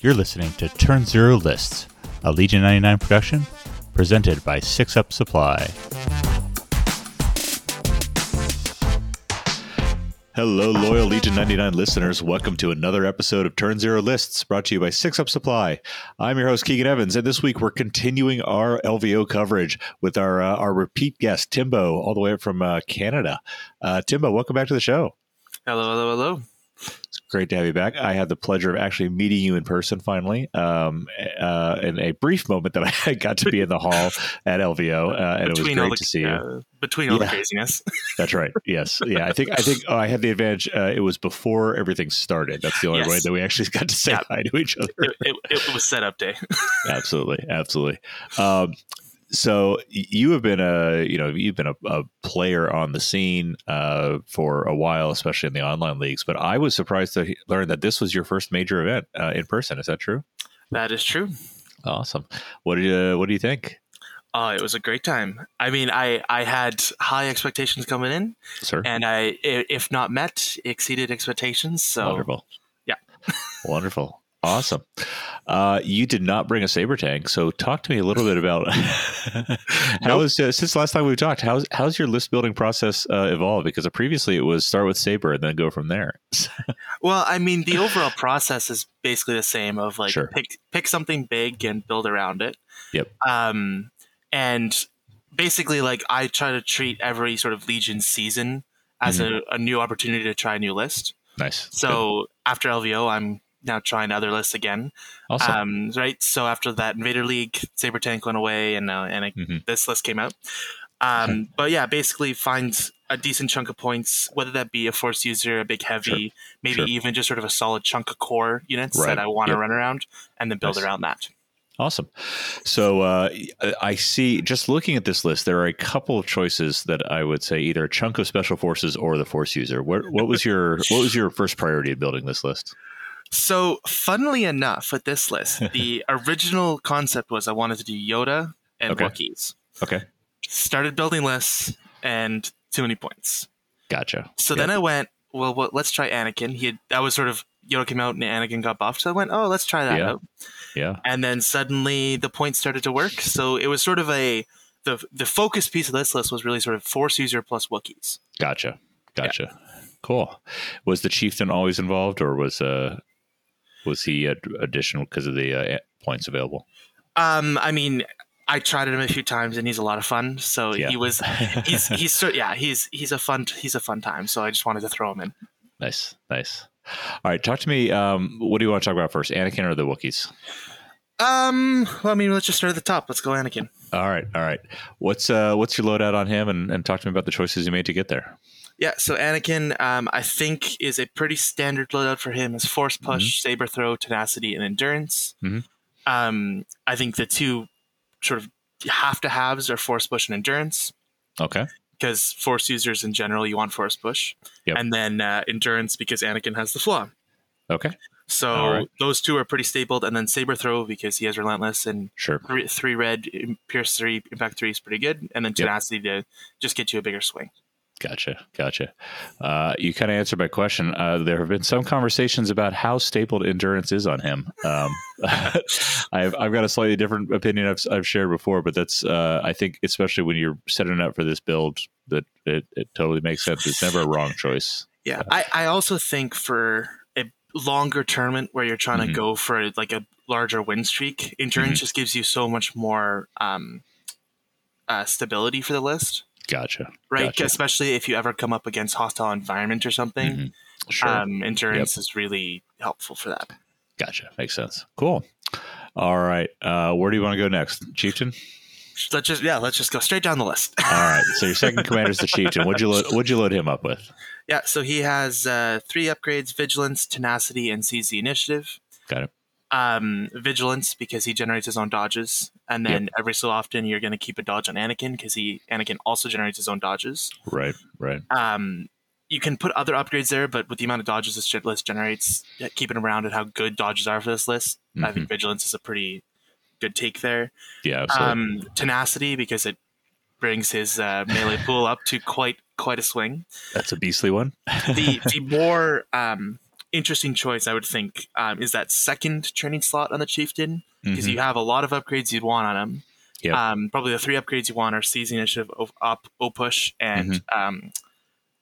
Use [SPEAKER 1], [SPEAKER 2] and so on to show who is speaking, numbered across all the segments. [SPEAKER 1] You're listening to Turn Zero Lists, a Legion 99 production presented by Six Up Supply. Hello, loyal Legion 99 listeners. Welcome to another episode of Turn Zero Lists brought to you by Six Up Supply. I'm your host, Keegan Evans, and this week we're continuing our LVO coverage with our, uh, our repeat guest, Timbo, all the way up from uh, Canada. Uh, Timbo, welcome back to the show.
[SPEAKER 2] Hello, hello, hello.
[SPEAKER 1] It's great to have you back. I had the pleasure of actually meeting you in person finally, um, uh, in a brief moment that I got to be in the hall at LVO, uh, and it was great to see you.
[SPEAKER 2] uh, between all
[SPEAKER 1] Yeah.
[SPEAKER 2] the craziness.
[SPEAKER 1] That's right. Yes, yeah. I think I think oh, I had the advantage. Uh, it was before everything started. That's the only
[SPEAKER 2] Yes.
[SPEAKER 1] way that we actually got to say
[SPEAKER 2] Yeah.
[SPEAKER 1] hi to each other.
[SPEAKER 2] it, it, it was setup day.
[SPEAKER 1] absolutely, absolutely. Um, so y- you have been a you know you've been a, a player on the scene uh, for a while, especially in the online leagues. But I was surprised to he- learn that this was your first major event uh, in person. Is that true?
[SPEAKER 2] That is true.
[SPEAKER 1] Awesome. What do you What do you think,
[SPEAKER 2] Uh, it was a great time. I mean, I, I had high expectations coming in,
[SPEAKER 1] sir?
[SPEAKER 2] and I, i- if not met, exceeded expectations. So
[SPEAKER 1] Wonderful.
[SPEAKER 2] Yeah.
[SPEAKER 1] Wonderful. Awesome. Uh, you did not bring a saber tank, so talk to me a little bit about how
[SPEAKER 2] Nope.
[SPEAKER 1] is uh, since last time we talked. How's how's your list building process uh, evolved? Because previously it was start with saber and then go from there.
[SPEAKER 2] well, I mean, the overall process is basically the same of like
[SPEAKER 1] Sure.
[SPEAKER 2] pick pick something big and build around it.
[SPEAKER 1] Yep.
[SPEAKER 2] Um, and basically, like I try to treat every sort of Legion season as
[SPEAKER 1] Mm-hmm.
[SPEAKER 2] a, a new opportunity to try a new list.
[SPEAKER 1] nice. Good.
[SPEAKER 2] So after LVO, I'm now trying other lists again.
[SPEAKER 1] awesome.
[SPEAKER 2] Um, right. So after that Invader League, Saber Tank went away, and uh, and I,
[SPEAKER 1] Mhm.
[SPEAKER 2] this list came out. Um, but yeah, basically find a decent chunk of points, whether that be a force user, a big heavy, maybe
[SPEAKER 1] Sure.
[SPEAKER 2] even just sort of a solid chunk of core units
[SPEAKER 1] Right.
[SPEAKER 2] that I want to
[SPEAKER 1] Yep.
[SPEAKER 2] run around, and then build
[SPEAKER 1] Nice.
[SPEAKER 2] around that.
[SPEAKER 1] Awesome. So uh, I see, just looking at this list, there are a couple of choices that I would say either a chunk of special forces or the force user. What, what was your what was your first priority of building this list?
[SPEAKER 2] So funnily enough, with this list, the original concept was I wanted to do Yoda and
[SPEAKER 1] Okay.
[SPEAKER 2] Wookiees.
[SPEAKER 1] Okay,
[SPEAKER 2] Started building lists, and too many points.
[SPEAKER 1] gotcha.
[SPEAKER 2] So
[SPEAKER 1] Yeah.
[SPEAKER 2] then I went, well, well, let's try Anakin. He had, that was sort of Yoda came out and Anakin got buffed. So I went, oh, let's try that
[SPEAKER 1] Yeah.
[SPEAKER 2] out.
[SPEAKER 1] Yeah,
[SPEAKER 2] And then suddenly the points started to work. So it was sort of a the the focus piece of this list was really sort of Force user plus Wookiees.
[SPEAKER 1] gotcha, gotcha. Cool. Was the chieftain always involved, or was uh was he ad- additional because of the uh, a- points available?
[SPEAKER 2] Um, I mean, I tried him a few times and he's a lot of fun. So
[SPEAKER 1] Yeah.
[SPEAKER 2] he was he's he's cer- yeah he's he's a fun he's a fun time. So I just wanted to throw him in.
[SPEAKER 1] Nice, nice. All right, talk to me. Um, what do you want to talk about first, Anakin or the Wookiees?
[SPEAKER 2] Um, well, I mean, let's just start at the top. Let's go Anakin.
[SPEAKER 1] All right, all right. What's uh, what's your loadout on him, and, and talk to me about the choices you made to get there.
[SPEAKER 2] Yeah, so Anakin, um, I think, is a pretty standard loadout for him: is force push,
[SPEAKER 1] Mm-hmm.
[SPEAKER 2] saber throw, tenacity, and endurance.
[SPEAKER 1] Mhm.
[SPEAKER 2] Um, I think the two sort of have to haves are force push and endurance
[SPEAKER 1] Okay,
[SPEAKER 2] because force users in general you want force push,
[SPEAKER 1] Yep.
[SPEAKER 2] and then uh, endurance because Anakin has the flaw.
[SPEAKER 1] okay,
[SPEAKER 2] So
[SPEAKER 1] All right.
[SPEAKER 2] those two are pretty stapled, and then saber throw because he has relentless and
[SPEAKER 1] sure.
[SPEAKER 2] three, three red, im- pierce three, impact three is pretty good, and then
[SPEAKER 1] Yep.
[SPEAKER 2] tenacity to just get you a bigger swing.
[SPEAKER 1] Gotcha, gotcha. Uh, you kind of answered my question. Uh, there have been some conversations about how stapled endurance is on him. Um, I've I've got a slightly different opinion I've I've shared before, but that's uh, I think especially when you're setting up for this build that it, it totally makes sense. It's never a wrong choice.
[SPEAKER 2] Yeah, I, I also think for a longer tournament where you're trying
[SPEAKER 1] Mhm.
[SPEAKER 2] to go for like a larger win streak, endurance
[SPEAKER 1] Mhm.
[SPEAKER 2] just gives you so much more um, uh, stability for the list,
[SPEAKER 1] Gotcha.
[SPEAKER 2] right?
[SPEAKER 1] Gotcha.
[SPEAKER 2] Especially if you ever come up against hostile environment or something.
[SPEAKER 1] Mhm. Sure.
[SPEAKER 2] Um, endurance is really helpful for that.
[SPEAKER 1] gotcha. Makes sense. Cool. All right. Uh, where do you want to go next, Chieftain?
[SPEAKER 2] Let's just yeah, let's just go straight down the list.
[SPEAKER 1] All right. So your second commander is the Chieftain. What'd you load, what'd you load him up with?
[SPEAKER 2] Yeah, so he has uh, three upgrades: vigilance, tenacity, and CZ initiative.
[SPEAKER 1] Got it.
[SPEAKER 2] Um, vigilance because he generates his own dodges, and
[SPEAKER 1] Yep.
[SPEAKER 2] then every so often you're going to keep a dodge on Anakin because he Anakin also generates his own dodges.
[SPEAKER 1] Right. Right.
[SPEAKER 2] Um, you can put other upgrades there, but with the amount of dodges this ship list generates, yeah, keeping around and how good dodges are for this list, I think vigilance is a pretty good take there.
[SPEAKER 1] Mm-hmm. Yeah. Absolutely.
[SPEAKER 2] Um, tenacity because it brings his uh, melee pool up to quite quite a swing.
[SPEAKER 1] That's a beastly one.
[SPEAKER 2] the the more um, interesting choice, I would think, um, is that second training slot on the Chieftain
[SPEAKER 1] Mm-hmm.
[SPEAKER 2] because you have a lot of upgrades you'd want on him.
[SPEAKER 1] Yep.
[SPEAKER 2] Um, probably the three upgrades you want are seizing initiative, O- up, O push, and um,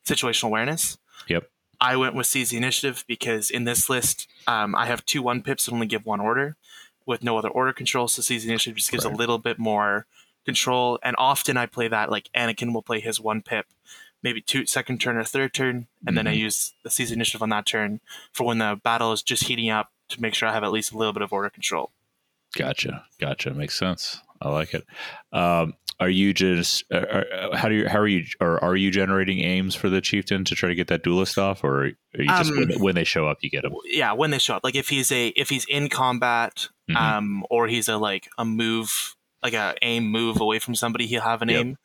[SPEAKER 2] situational awareness.
[SPEAKER 1] Mm-hmm. Yep.
[SPEAKER 2] I went with seize the initiative because in this list, um, I have two one pips and only give one order with no other order control. So seize the initiative just gives
[SPEAKER 1] Right.
[SPEAKER 2] a little bit more control. And often I play that like Anakin will play his one pip, maybe two second turn or third turn, and then I
[SPEAKER 1] Mhm.
[SPEAKER 2] use the seize the initiative on that turn for when the battle is just heating up to make sure I have at least a little bit of order control.
[SPEAKER 1] Gotcha. Gotcha. Makes sense. I like it. Um, are you just uh, are, how do you how are you or are you generating aims for the chieftain to try to get that duelist off, or are you just
[SPEAKER 2] Um,
[SPEAKER 1] when, when they show up you get them?
[SPEAKER 2] Yeah, when they show up, like if he's a if he's in combat,
[SPEAKER 1] Mhm.
[SPEAKER 2] um, or he's a like a move like a aim move away from somebody, he'll have an
[SPEAKER 1] Yep.
[SPEAKER 2] aim.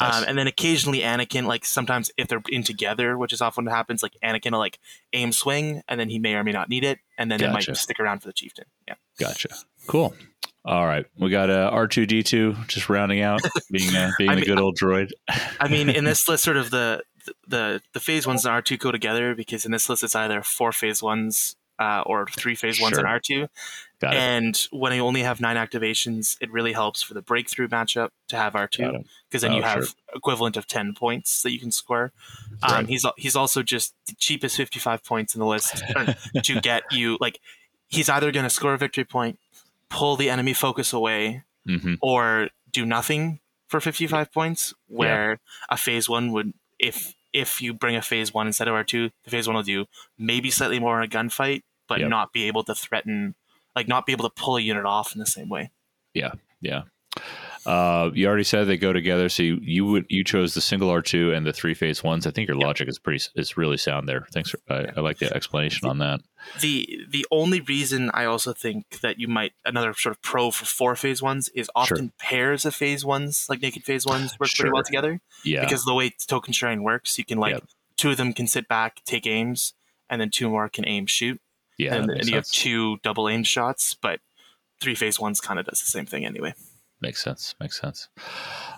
[SPEAKER 1] Nice.
[SPEAKER 2] Um, and then occasionally Anakin, like sometimes if they're in together, which is often what happens, like Anakin will like aim swing, and then he may or may not need it, and then it
[SPEAKER 1] Gotcha.
[SPEAKER 2] might stick around for the chieftain. Yeah,
[SPEAKER 1] Gotcha. Cool. All right, we got uh, R two D two just rounding out being uh, being
[SPEAKER 2] I
[SPEAKER 1] the
[SPEAKER 2] mean,
[SPEAKER 1] good old droid.
[SPEAKER 2] I mean in this list, sort of the the the phase ones and R two go together because in this list it's either four phase ones uh, or three phase ones and
[SPEAKER 1] Sure.
[SPEAKER 2] R two,
[SPEAKER 1] Got it.
[SPEAKER 2] and when you only have nine activations, it really helps for the breakthrough matchup to have R two.
[SPEAKER 1] Got it.
[SPEAKER 2] because then
[SPEAKER 1] Oh,
[SPEAKER 2] you have
[SPEAKER 1] sure.
[SPEAKER 2] equivalent of 10 points that you can score. Um,
[SPEAKER 1] Right.
[SPEAKER 2] He's he's also just the cheapest 55 points in the list uh, to get you like he's either going to score a victory point, pull the enemy focus away,
[SPEAKER 1] Mhm.
[SPEAKER 2] or do nothing for 55 points. Where a phase one would if if you bring a phase one instead of R two, the phase one will do maybe slightly more in a gunfight, but
[SPEAKER 1] Yep.
[SPEAKER 2] not be able to threaten, like not be able to pull a unit off in the same way.
[SPEAKER 1] Yeah. Uh, you already said they go together, so you, you would you chose the single R two and the three phase ones. I think your
[SPEAKER 2] Yeah.
[SPEAKER 1] logic is pretty is really sound there. Thanks, for, I, I like the explanation on that.
[SPEAKER 2] the the only reason I also think that you might another sort of pro for four phase ones is often pairs of phase ones like naked phase ones work pretty well
[SPEAKER 1] Sure.
[SPEAKER 2] together
[SPEAKER 1] Yeah,
[SPEAKER 2] because the way token sharing works, you can like
[SPEAKER 1] Yep.
[SPEAKER 2] two of them can sit back take aims and then two more can aim shoot
[SPEAKER 1] yeah, that
[SPEAKER 2] and,
[SPEAKER 1] makes
[SPEAKER 2] and you have
[SPEAKER 1] sense.
[SPEAKER 2] two double aim shots, but three phase ones kind of does the same thing anyway.
[SPEAKER 1] Makes sense. Makes sense.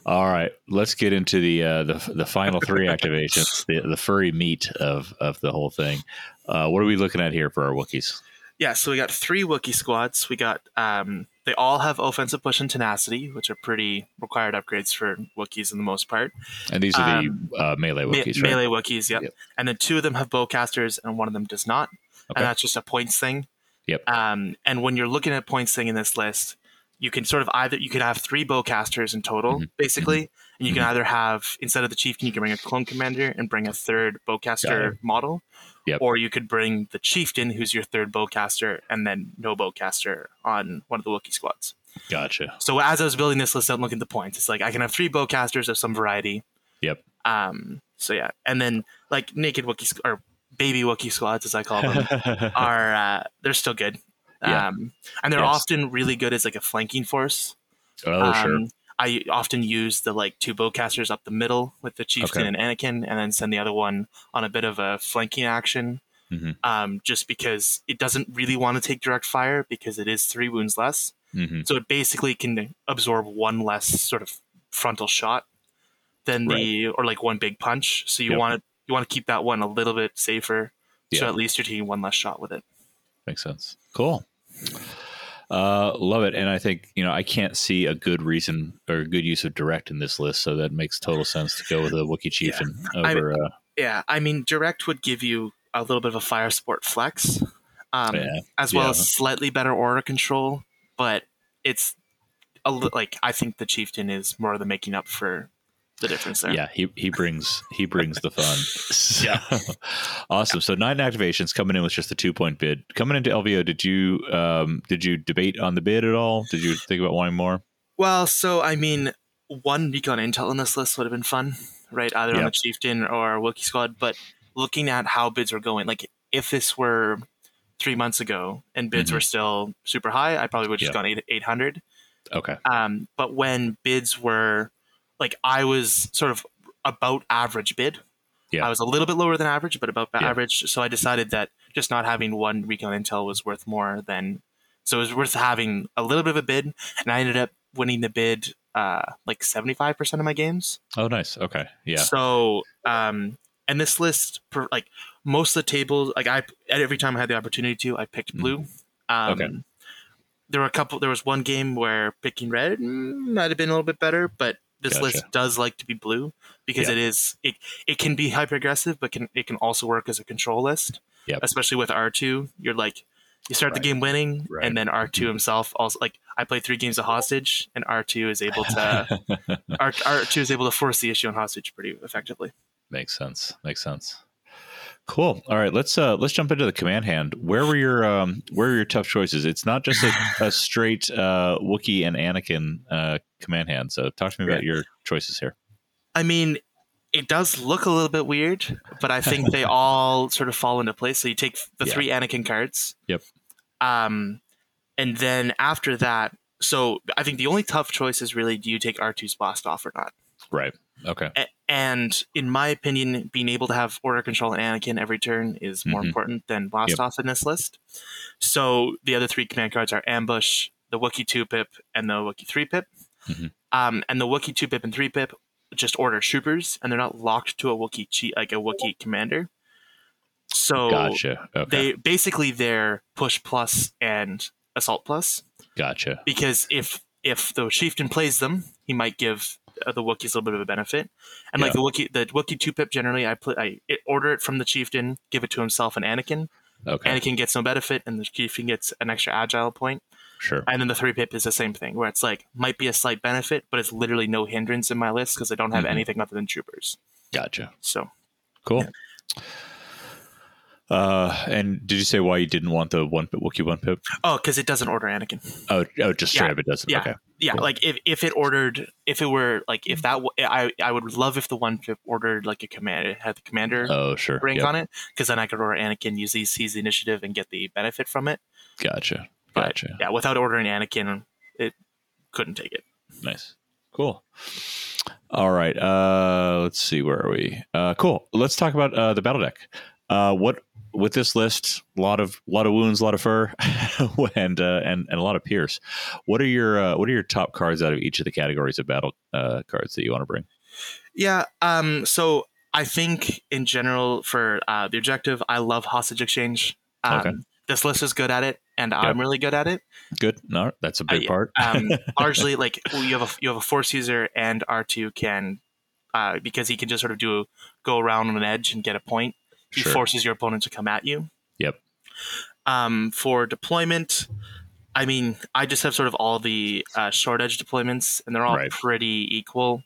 [SPEAKER 1] All right, let's get into the uh, the the final three activations, the, the furry meat of of the whole thing. Uh, what are we looking at here for our Wookiees?
[SPEAKER 2] Yeah, so we got three Wookiee squads. We got um, they all have offensive push and tenacity, which are pretty required upgrades for Wookiees in the most part.
[SPEAKER 1] And these are
[SPEAKER 2] Um,
[SPEAKER 1] the uh, melee
[SPEAKER 2] Me-
[SPEAKER 1] Wookiees, right?
[SPEAKER 2] melee Wookiees, yep.
[SPEAKER 1] Yep.
[SPEAKER 2] And then two of them have bowcasters, and one of them does not.
[SPEAKER 1] Okay.
[SPEAKER 2] And that's just a points thing.
[SPEAKER 1] Yep.
[SPEAKER 2] Um, and when you're looking at points thing in this list, you can sort of either you could have three bowcasters in total,
[SPEAKER 1] Mhm.
[SPEAKER 2] basically, and
[SPEAKER 1] Mm-hmm.
[SPEAKER 2] you can either have instead of the chieftain, you can bring a clone commander and bring a third
[SPEAKER 1] Got
[SPEAKER 2] bowcaster model,
[SPEAKER 1] Yep.
[SPEAKER 2] or you could bring the chieftain, who's your third bowcaster, and then no bowcaster on one of the Wookiee squads.
[SPEAKER 1] Gotcha.
[SPEAKER 2] So as I was building this list, I'm looking at the points. It's like I can have three bowcasters of some variety.
[SPEAKER 1] Yep.
[SPEAKER 2] Um. So yeah, and then like naked Wookiee squ- or baby Wookiee squads, as I call them,
[SPEAKER 1] yeah,
[SPEAKER 2] are uh, they're still good.
[SPEAKER 1] Yeah.
[SPEAKER 2] Um, and they're
[SPEAKER 1] Yes.
[SPEAKER 2] often really good as like a flanking force.
[SPEAKER 1] oh sure.
[SPEAKER 2] Um, I often use the like two bowcasters up the middle with the chieftain
[SPEAKER 1] Okay.
[SPEAKER 2] and Anakin, and then send the other one on a bit of a flanking action.
[SPEAKER 1] Mhm.
[SPEAKER 2] Um, just because it doesn't really want to take direct fire because it is three wounds less.
[SPEAKER 1] hmm
[SPEAKER 2] So it basically can absorb one less sort of frontal shot than the or like one big punch. So you
[SPEAKER 1] Yep.
[SPEAKER 2] want to you want to keep that one a little bit safer. So
[SPEAKER 1] Yeah.
[SPEAKER 2] at least you're taking one less shot with it.
[SPEAKER 1] Makes sense. Cool. Uh, love it. And I think, you know, I can't see a good reason or a good use of direct in this list. So that makes total sense to go with a Wookiee Chieftain
[SPEAKER 2] I-
[SPEAKER 1] over. uh,
[SPEAKER 2] Yeah, I mean direct would give you a little bit of a fire sport flex, um,
[SPEAKER 1] Yeah,
[SPEAKER 2] as well
[SPEAKER 1] yeah.
[SPEAKER 2] as slightly better order control. But it's a li- like I think the chieftain is more than making up for the difference there.
[SPEAKER 1] yeah. He, he brings, he brings the fun. yeah. awesome. So nine activations coming in with just the two point bid coming into LVO. Did you, um, did you debate on the bid at all? Did you think about wanting more?
[SPEAKER 2] Well, so I mean, one recon intel on this list would have been fun, right? Either on
[SPEAKER 1] Yeah.
[SPEAKER 2] the chieftain or Wookiee squad. But looking at how bids were going, like if this were three months ago and bids
[SPEAKER 1] Mhm.
[SPEAKER 2] were still super high, I probably would have just gone eight eight hundred.
[SPEAKER 1] Okay.
[SPEAKER 2] Um, but when bids were like I was sort of about average bid.
[SPEAKER 1] Yeah.
[SPEAKER 2] I was a little bit lower than average, but about
[SPEAKER 1] Yeah.
[SPEAKER 2] average. So I decided that just not having one recon intel was worth more than. So it was worth having a little bit of a bid, and I ended up winning the bid uh, like seventy five percent of my games.
[SPEAKER 1] Oh, nice. Okay. Yeah.
[SPEAKER 2] So, um, and this list, per, like most of the tables, like I every time I had the opportunity to, I picked blue. Um,
[SPEAKER 1] Hmm. Okay.
[SPEAKER 2] There were a couple. There was one game where picking red mm, might have been a little bit better, but this
[SPEAKER 1] Gotcha.
[SPEAKER 2] list does like to be blue because
[SPEAKER 1] Yeah.
[SPEAKER 2] it is it it can be hyper aggressive, but can it can also work as a control list.
[SPEAKER 1] Yep.
[SPEAKER 2] Especially with R two, you're like you start
[SPEAKER 1] Right.
[SPEAKER 2] the game winning,
[SPEAKER 1] Right. Mm-hmm.
[SPEAKER 2] and then R two himself also like I played three games of hostage, and R two is able to R R two is able to force the issue on hostage pretty effectively.
[SPEAKER 1] Makes sense. Makes sense. Cool. All right, let's uh let's jump into the command hand. Where were your um where were your tough choices? It's not just a, a straight uh Wookiee and Anakin uh command hand. So talk to me about
[SPEAKER 2] Right.
[SPEAKER 1] your choices here.
[SPEAKER 2] I mean, it does look a little bit weird, but I think they all sort of fall into place. So you take the
[SPEAKER 1] Yeah.
[SPEAKER 2] three Anakin cards.
[SPEAKER 1] Yep.
[SPEAKER 2] Um, and then after that, so I think the only tough choice is really do you take R2's blast off or not?
[SPEAKER 1] Right. Okay.
[SPEAKER 2] A- and in my opinion, being able to have order control and Anakin every turn is more
[SPEAKER 1] Mhm.
[SPEAKER 2] important than blast
[SPEAKER 1] Yep.
[SPEAKER 2] off in this list. So the other three command cards are ambush, the Wookiee two pip, and the Wookiee three pip.
[SPEAKER 1] Mhm.
[SPEAKER 2] Um, and the Wookiee two pip and three pip just order troopers, and they're not locked to a Wookiee chi- like a Wookiee commander. So
[SPEAKER 1] Gotcha. Okay.
[SPEAKER 2] they basically they're push plus and assault plus
[SPEAKER 1] gotcha.
[SPEAKER 2] because if if the chieftain plays them, he might give uh, the Wookiees a little bit of a benefit. And like
[SPEAKER 1] Yeah.
[SPEAKER 2] the Wookiee, the Wookiee two pip generally, I play, I it- order it from the chieftain, give it to himself and Anakin.
[SPEAKER 1] Okay.
[SPEAKER 2] Anakin gets no benefit, and the chieftain gets an extra agile point.
[SPEAKER 1] sure.
[SPEAKER 2] And then the three pip is the same thing, where it's like might be a slight benefit, but it's literally no hindrance in my list because I don't have
[SPEAKER 1] Mhm.
[SPEAKER 2] anything other than troopers.
[SPEAKER 1] Gotcha.
[SPEAKER 2] So
[SPEAKER 1] Cool. Uh and did you say why you didn't want the one pip Wookiee one pip?
[SPEAKER 2] oh, because it doesn't order Anakin.
[SPEAKER 1] Oh oh just straight
[SPEAKER 2] Yeah.
[SPEAKER 1] up it doesn't.
[SPEAKER 2] Yeah.
[SPEAKER 1] Okay.
[SPEAKER 2] yeah
[SPEAKER 1] Cool.
[SPEAKER 2] like if, if it ordered if it were like if that w- i i would love if the one pip ordered like a command it had the commander
[SPEAKER 1] Oh sure.
[SPEAKER 2] rank
[SPEAKER 1] Yep.
[SPEAKER 2] on it because then i could order anakin use these seize the initiative and get the benefit from it
[SPEAKER 1] Gotcha.
[SPEAKER 2] But-
[SPEAKER 1] Gotcha.
[SPEAKER 2] yeah without ordering anakin it couldn't take it
[SPEAKER 1] Nice. Cool. All right. Uh, let's see. Where are we? Uh, cool. Let's talk about uh, the battle deck. Uh, what with this list? A lot of lot of wounds, a lot of fur, and uh, and and a lot of pierce. What are your uh, what are your top cards out of each of the categories of battle uh, cards that you want to bring?
[SPEAKER 2] yeah um so i think in general for uh, the objective i love hostage exchange um,
[SPEAKER 1] Okay.
[SPEAKER 2] this list is good at it and i'm really good at it
[SPEAKER 1] Good. No, that's a big
[SPEAKER 2] I-
[SPEAKER 1] part.
[SPEAKER 2] um, largely like you have a you have a force user and R two can uh, because he can just sort of do go around on an edge and get a point. He
[SPEAKER 1] Sure.
[SPEAKER 2] forces your opponent to come at you.
[SPEAKER 1] Yep.
[SPEAKER 2] Um, for deployment, I mean, I just have sort of all the uh, short edge deployments, and they're all
[SPEAKER 1] Right.
[SPEAKER 2] pretty equal.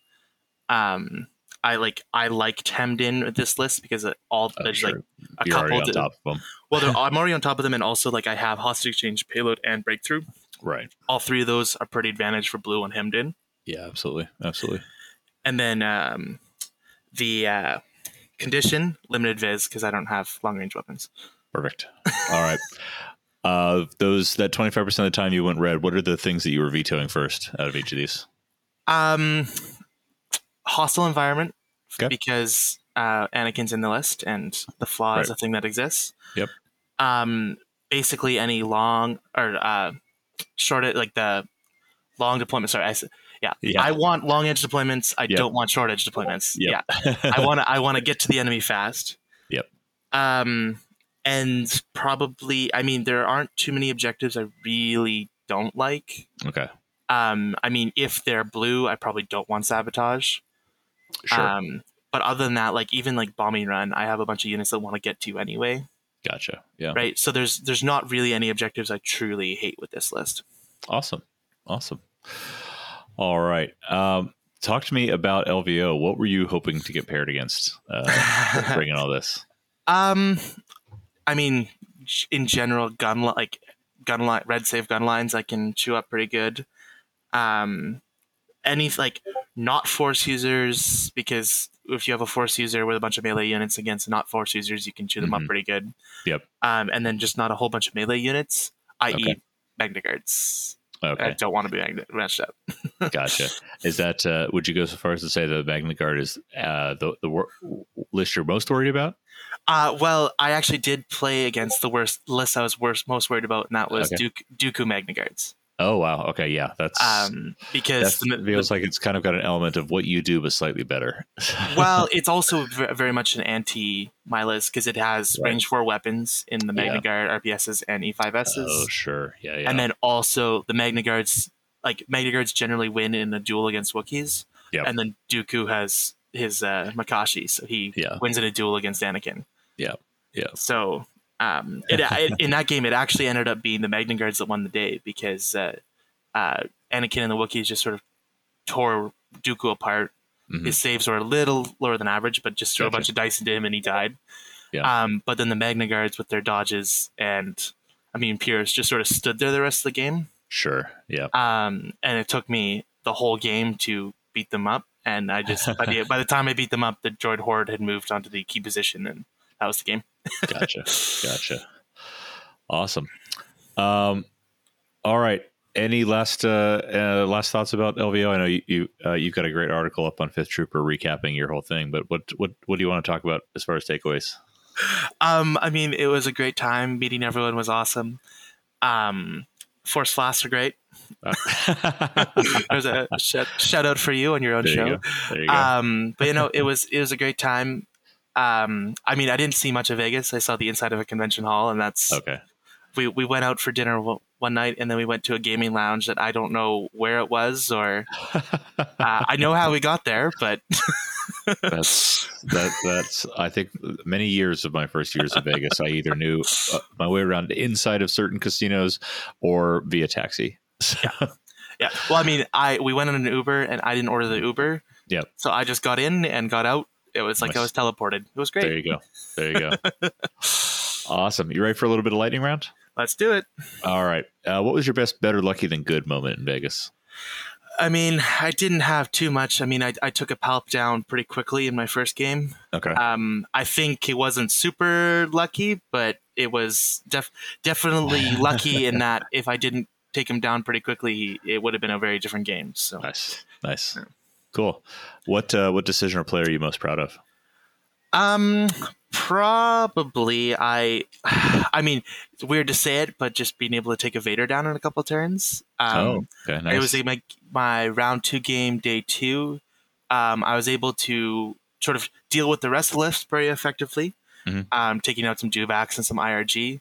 [SPEAKER 2] Um, I like I liked hemmed in with this list because it all
[SPEAKER 1] Oh,
[SPEAKER 2] there's
[SPEAKER 1] sure.
[SPEAKER 2] like a
[SPEAKER 1] You're already
[SPEAKER 2] couple.
[SPEAKER 1] on
[SPEAKER 2] di-
[SPEAKER 1] top of them.
[SPEAKER 2] well, they're- I'm already on top of them, and also like I have hostage exchange, payload, and breakthrough
[SPEAKER 1] Right.
[SPEAKER 2] all three of those are pretty advantage for blue and hemmed in.
[SPEAKER 1] Yeah. Absolutely. Absolutely.
[SPEAKER 2] And then um, the uh, condition limited viz because I don't have long range weapons.
[SPEAKER 1] Perfect. All right. Uh, those that twenty five percent of the time you went red. What are the things that you were vetoing first out of each of these?
[SPEAKER 2] Um, hostile environment
[SPEAKER 1] Okay.
[SPEAKER 2] because uh, Anakin's in the list and the flaw is a thing that exists.
[SPEAKER 1] Yep.
[SPEAKER 2] Um, basically any long or uh, short like the long deployment. Sorry, I s yeah.
[SPEAKER 1] Yeah.
[SPEAKER 2] I want long edge deployments. I
[SPEAKER 1] Yep.
[SPEAKER 2] don't want short edge deployments.
[SPEAKER 1] Yep.
[SPEAKER 2] Yeah. I want to I want to get to the enemy fast.
[SPEAKER 1] Yep.
[SPEAKER 2] Um and probably I mean there aren't too many objectives I really don't like.
[SPEAKER 1] okay.
[SPEAKER 2] Um I mean if they're blue I probably don't want sabotage.
[SPEAKER 1] Sure.
[SPEAKER 2] Um but other than that like even like bombing run I have a bunch of units that want to get to anyway,
[SPEAKER 1] gotcha. Yeah.
[SPEAKER 2] right? So there's there's not really any objectives I truly hate with this list.
[SPEAKER 1] Awesome. Awesome. All right. Um, talk to me about LVO. What were you hoping to get paired against? Uh, bringing all this.
[SPEAKER 2] Um, I mean, g- in general, gun li- like gun line, red save gun lines, I can chew up pretty good. Um, any like not force users because if you have a force user with a bunch of melee units against not force users, you can chew them
[SPEAKER 1] Mhm.
[SPEAKER 2] up pretty good.
[SPEAKER 1] Yep.
[SPEAKER 2] Um, and then just not a whole bunch of melee units, i.e.
[SPEAKER 1] Okay.
[SPEAKER 2] Magna guards. I
[SPEAKER 1] Okay,
[SPEAKER 2] don't want to be magna- matched up.
[SPEAKER 1] gotcha. Is that uh, would you go so far as to say that Magna Guard is uh, the the wor- list you're most worried about?
[SPEAKER 2] Uh, well, I actually did play against the worst list I was worst most worried about, and that was
[SPEAKER 1] Okay.
[SPEAKER 2] Duke Dooku Magna guards.
[SPEAKER 1] Oh wow. Okay. Yeah. That's
[SPEAKER 2] um, because
[SPEAKER 1] that
[SPEAKER 2] the,
[SPEAKER 1] feels
[SPEAKER 2] the-
[SPEAKER 1] like it's kind of got an element of what you do, but slightly better.
[SPEAKER 2] well, it's also ver- very much an anti Milas because it has
[SPEAKER 1] Right.
[SPEAKER 2] range four weapons in the Magna
[SPEAKER 1] Yeah.
[SPEAKER 2] Guard RPSs and E5Ss,
[SPEAKER 1] oh sure. Yeah. Yeah.
[SPEAKER 2] and then also the Magna Guards like Magna Guards generally win in a duel against Wookiees,
[SPEAKER 1] Yep.
[SPEAKER 2] and then Dooku has his uh, Makashi, so he
[SPEAKER 1] Yeah.
[SPEAKER 2] wins in a duel against Anakin.
[SPEAKER 1] Yep. Yep.
[SPEAKER 2] So. Um, it, it, in that game, it actually ended up being the Magna Guards that won the day because uh, uh, Anakin and the Wookiees just sort of tore Dooku apart
[SPEAKER 1] Mhm.
[SPEAKER 2] his saves were a little lower than average, but just threw a
[SPEAKER 1] Gotcha.
[SPEAKER 2] bunch of dice into him and he died.
[SPEAKER 1] Yeah.
[SPEAKER 2] Um, but then the Magna Guards with their dodges and I mean Pierce just sort of stood there the rest of the game.
[SPEAKER 1] Sure. Yeah.
[SPEAKER 2] Um, and it took me the whole game to beat them up. And I just by the, by the time I beat them up, the droid horde had moved onto the key position, and that was the game.
[SPEAKER 1] Gotcha. gotcha. Awesome. Um, all right. Any last uh, uh, last thoughts about LVO? I know you, you uh, you've got a great article up on Fifth Trooper recapping your whole thing, but what what what do you want to talk about as far as takeaways?
[SPEAKER 2] Um, I mean, it was a great time. Meeting everyone was awesome. Um, Force Flasts are great.
[SPEAKER 1] Uh,
[SPEAKER 2] There's a sh- shout out for you on your own
[SPEAKER 1] there you
[SPEAKER 2] show.
[SPEAKER 1] go. There you go.
[SPEAKER 2] um but you know it was it was a great time um i mean i didn't see much of vegas i saw the inside of a convention hall and that's
[SPEAKER 1] okay.
[SPEAKER 2] we we went out for dinner w- one night and then we went to a gaming lounge that i don't know where it was or uh, i know how we got there but
[SPEAKER 1] That's that. That's I think many years of my first years of Vegas, I either knew uh, my way around inside of certain casinos or via taxi.
[SPEAKER 2] yeah well i mean i we went in an uber and i didn't order the uber
[SPEAKER 1] Yep.
[SPEAKER 2] so i just got in and got out it was like i was
[SPEAKER 1] Nice.
[SPEAKER 2] teleported it was great
[SPEAKER 1] There you go. There you go. awesome. You ready for a little bit of lightning round?
[SPEAKER 2] let's do it
[SPEAKER 1] All right. Uh, what was your best, better, lucky than good moment in Vegas?
[SPEAKER 2] i mean i didn't have too much i mean i, I took a palp down pretty quickly in my first game
[SPEAKER 1] Okay.
[SPEAKER 2] Um, I think he wasn't super lucky, but it was def- definitely lucky in that if I didn't take him down pretty quickly, it would have been a very different game. So,
[SPEAKER 1] nice. Nice. Cool. What uh, what decision or play are you most proud of?
[SPEAKER 2] um, probably I, I mean, it's weird to say it, but just being able to take a Vader down in a couple turns. Um,
[SPEAKER 1] Oh, okay. Nice.
[SPEAKER 2] It was like my my round two game, day two. Um, I was able to sort of deal with the rest lifts very effectively,
[SPEAKER 1] Mhm.
[SPEAKER 2] um, taking out some Duvaks and some IRG.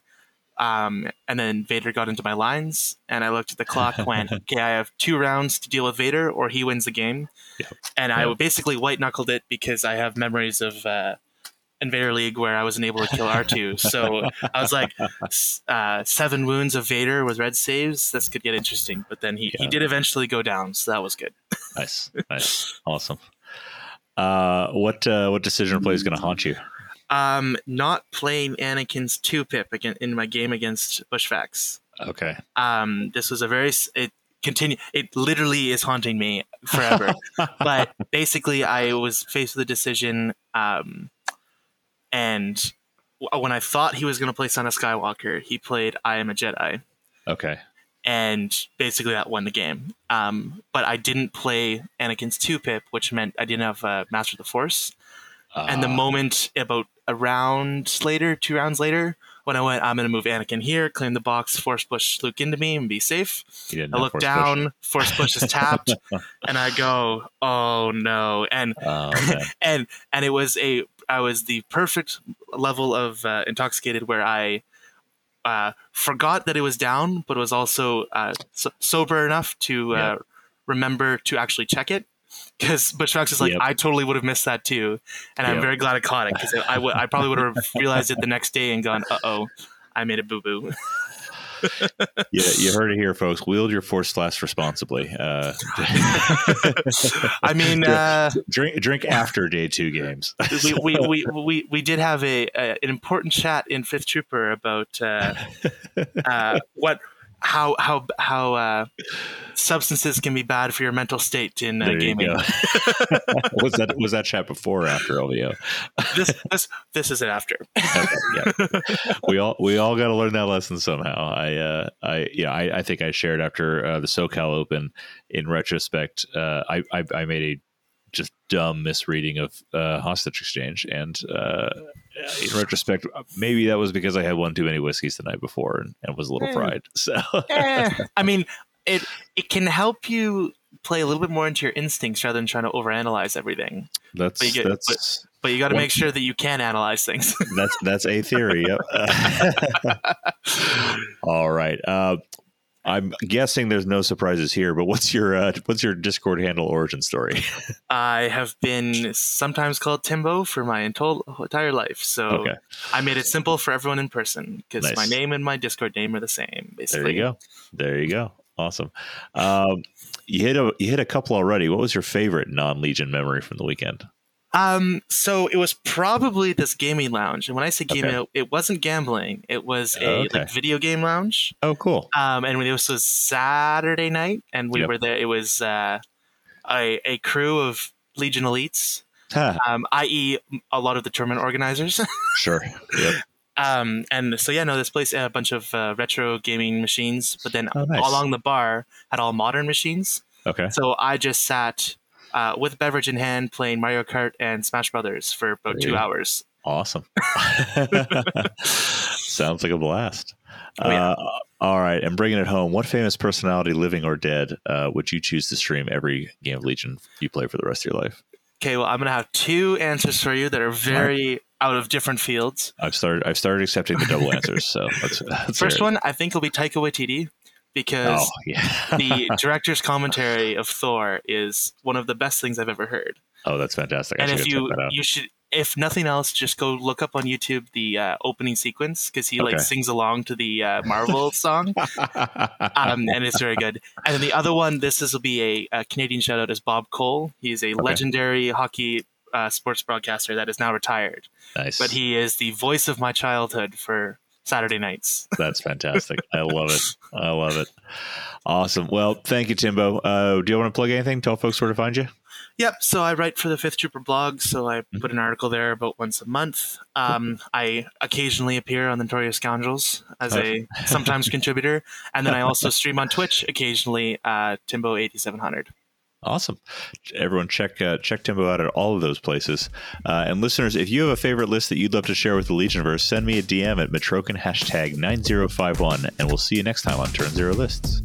[SPEAKER 2] Um, and then Vader got into my lines, and I looked at the clock, went, "Okay, I have two rounds to deal with Vader, or he wins the game."
[SPEAKER 1] Yep.
[SPEAKER 2] And I
[SPEAKER 1] Yep.
[SPEAKER 2] basically white knuckled it because I have memories of uh, Invader League where I wasn't able to kill R two, so I was like, s- uh, seven wounds of Vader with red saves. This could get interesting. But then he, he
[SPEAKER 1] Yeah.
[SPEAKER 2] did eventually go down, so that was good.
[SPEAKER 1] nice. Nice. Awesome. Uh, what uh, what decision or play is going to haunt you?
[SPEAKER 2] Um, not playing Anakin's two pip again in my game against Bushfax.
[SPEAKER 1] Okay.
[SPEAKER 2] Um, this was a very s- it continue. It literally is haunting me forever. but basically, I was faced with a decision. Um, and w- when I thought he was going to play Son of Skywalker, he played I Am a Jedi.
[SPEAKER 1] Okay.
[SPEAKER 2] and basically that won the game. Um, but I didn't play Anakin's two pip, which meant I didn't have uh, Master of the Force.
[SPEAKER 1] Uh,
[SPEAKER 2] and the moment about a round later, two rounds later, when I went, I'm going to move Anakin here, claim the box, force push Luke into me, and be safe.
[SPEAKER 1] you didn't
[SPEAKER 2] I
[SPEAKER 1] have
[SPEAKER 2] look
[SPEAKER 1] force
[SPEAKER 2] down, force push is tapped, and I go, oh no! And
[SPEAKER 1] push. Oh, okay.
[SPEAKER 2] and and it was a I was the perfect level of uh, intoxicated where I uh, forgot that it was down, but was also uh, so- sober enough to uh,
[SPEAKER 1] Yep.
[SPEAKER 2] remember to actually check it. Because Butchbox is like,
[SPEAKER 1] Yep.
[SPEAKER 2] I totally would have missed that too, and I'm
[SPEAKER 1] Yep.
[SPEAKER 2] very glad I caught it because I w- I probably would have realized it the next day and gone, uh oh, I made a boo boo.
[SPEAKER 1] you, you heard it here, folks. Wield your force flask responsibly. Uh,
[SPEAKER 2] I mean, uh,
[SPEAKER 1] drink drink after day two games.
[SPEAKER 2] we, we, we, we, we did have a, a an important chat in Fifth Trooper about uh, uh, what how how how uh, substances can be bad for your mental state in uh,
[SPEAKER 1] There you
[SPEAKER 2] gaming.
[SPEAKER 1] go. was that was that chat before or after LVO?
[SPEAKER 2] This this this is it after.
[SPEAKER 1] Okay, yeah. we all we all got to learn that lesson somehow. I uh, I yeah I, I think I shared after uh, the SoCal Open. In retrospect, uh, I, I I made a just dumb misreading of uh, hostage exchange, and uh, in retrospect, uh, maybe that was because I had one too many whiskeys the night before and, and was a little
[SPEAKER 2] Hmm.
[SPEAKER 1] fried. So
[SPEAKER 2] Eh, I mean, it it can help you play a little bit more into your instincts rather than trying to overanalyze everything.
[SPEAKER 1] That's
[SPEAKER 2] But you get-
[SPEAKER 1] that's
[SPEAKER 2] But you got to
[SPEAKER 1] Well-
[SPEAKER 2] make sure that you can analyze things.
[SPEAKER 1] that's that's a theory. Yep. All right. Uh, I'm guessing there's no surprises here, but what's your uh, what's your Discord handle origin story?
[SPEAKER 2] I have been sometimes called Timbo for my entol- entire life, so
[SPEAKER 1] Okay,
[SPEAKER 2] I made it simple for everyone in person because
[SPEAKER 1] Nice.
[SPEAKER 2] my name and my Discord name are the same. Basically,
[SPEAKER 1] there you go. There you go. Awesome. Um, you hit a you hit a couple already. What was your favorite non Legion memory from the weekend?
[SPEAKER 2] Um, so it was probably this gaming lounge, and when I say gaming,
[SPEAKER 1] Okay.
[SPEAKER 2] it, it wasn't gambling. It was a
[SPEAKER 1] Oh, okay.
[SPEAKER 2] like, video game lounge.
[SPEAKER 1] Oh, cool.
[SPEAKER 2] Um, and this was Saturday night, and we
[SPEAKER 1] Yep.
[SPEAKER 2] were there. It was uh, a a crew of Legion elites,
[SPEAKER 1] Huh,
[SPEAKER 2] um, i.e., a lot of the tournament organizers.
[SPEAKER 1] sure. Yep.
[SPEAKER 2] um, and so yeah, no, this place had a bunch of uh, retro gaming machines, but then
[SPEAKER 1] Oh, nice.
[SPEAKER 2] along the bar had all modern machines.
[SPEAKER 1] Okay.
[SPEAKER 2] So I just sat uh, with beverage in hand, playing Mario Kart and Smash Brothers for about two
[SPEAKER 1] Really?
[SPEAKER 2] hours.
[SPEAKER 1] Awesome. Sounds like a blast.
[SPEAKER 2] Oh, yeah.
[SPEAKER 1] uh, all right. And bringing it home, what famous personality, living or dead, uh, would you choose to stream every game of Legion you play for the rest of your life?
[SPEAKER 2] Okay, well, I'm gonna have two answers for you that are very out of different fields.
[SPEAKER 1] I've started. I've started accepting the double answers. So let's, let's
[SPEAKER 2] First
[SPEAKER 1] hear it.
[SPEAKER 2] one, I think, will be Taika Waititi because
[SPEAKER 1] Oh yeah.
[SPEAKER 2] the director's commentary of Thor is one of the best things I've ever heard.
[SPEAKER 1] oh, that's fantastic.
[SPEAKER 2] and
[SPEAKER 1] I should
[SPEAKER 2] if
[SPEAKER 1] go check
[SPEAKER 2] you
[SPEAKER 1] that out.
[SPEAKER 2] you should, if nothing else, just go look up on YouTube the uh, opening sequence because he like
[SPEAKER 1] Okay.
[SPEAKER 2] sings along to the uh, Marvel song, um, and it's very good. And then the other one, this this will be a, a Canadian shout out, is Bob Cole. He's a legendary hockey uh, sports broadcaster that is now retired.
[SPEAKER 1] nice.
[SPEAKER 2] but he is the voice of my childhood for Saturday nights.
[SPEAKER 1] That's fantastic. I love it. I love it. Awesome. Well, thank you, Timbo. Uh, do you want to plug anything? Tell folks where to find you.
[SPEAKER 2] Yep. So I write for the Fifth Trooper blog, so I put an article there about once a month. Um, I occasionally appear on the Notorious Scoundrels as a sometimes contributor, and then I also stream on Twitch occasionally. Uh, Timbo eighty seven hundred.
[SPEAKER 1] Awesome. Everyone, check uh, check Timbo out at all of those places. Uh, and listeners, if you have a favorite list that you'd love to share with the Legionverse, send me a DM at Matrokin hashtag 9051, and we'll see you next time on Turn Zero Lists.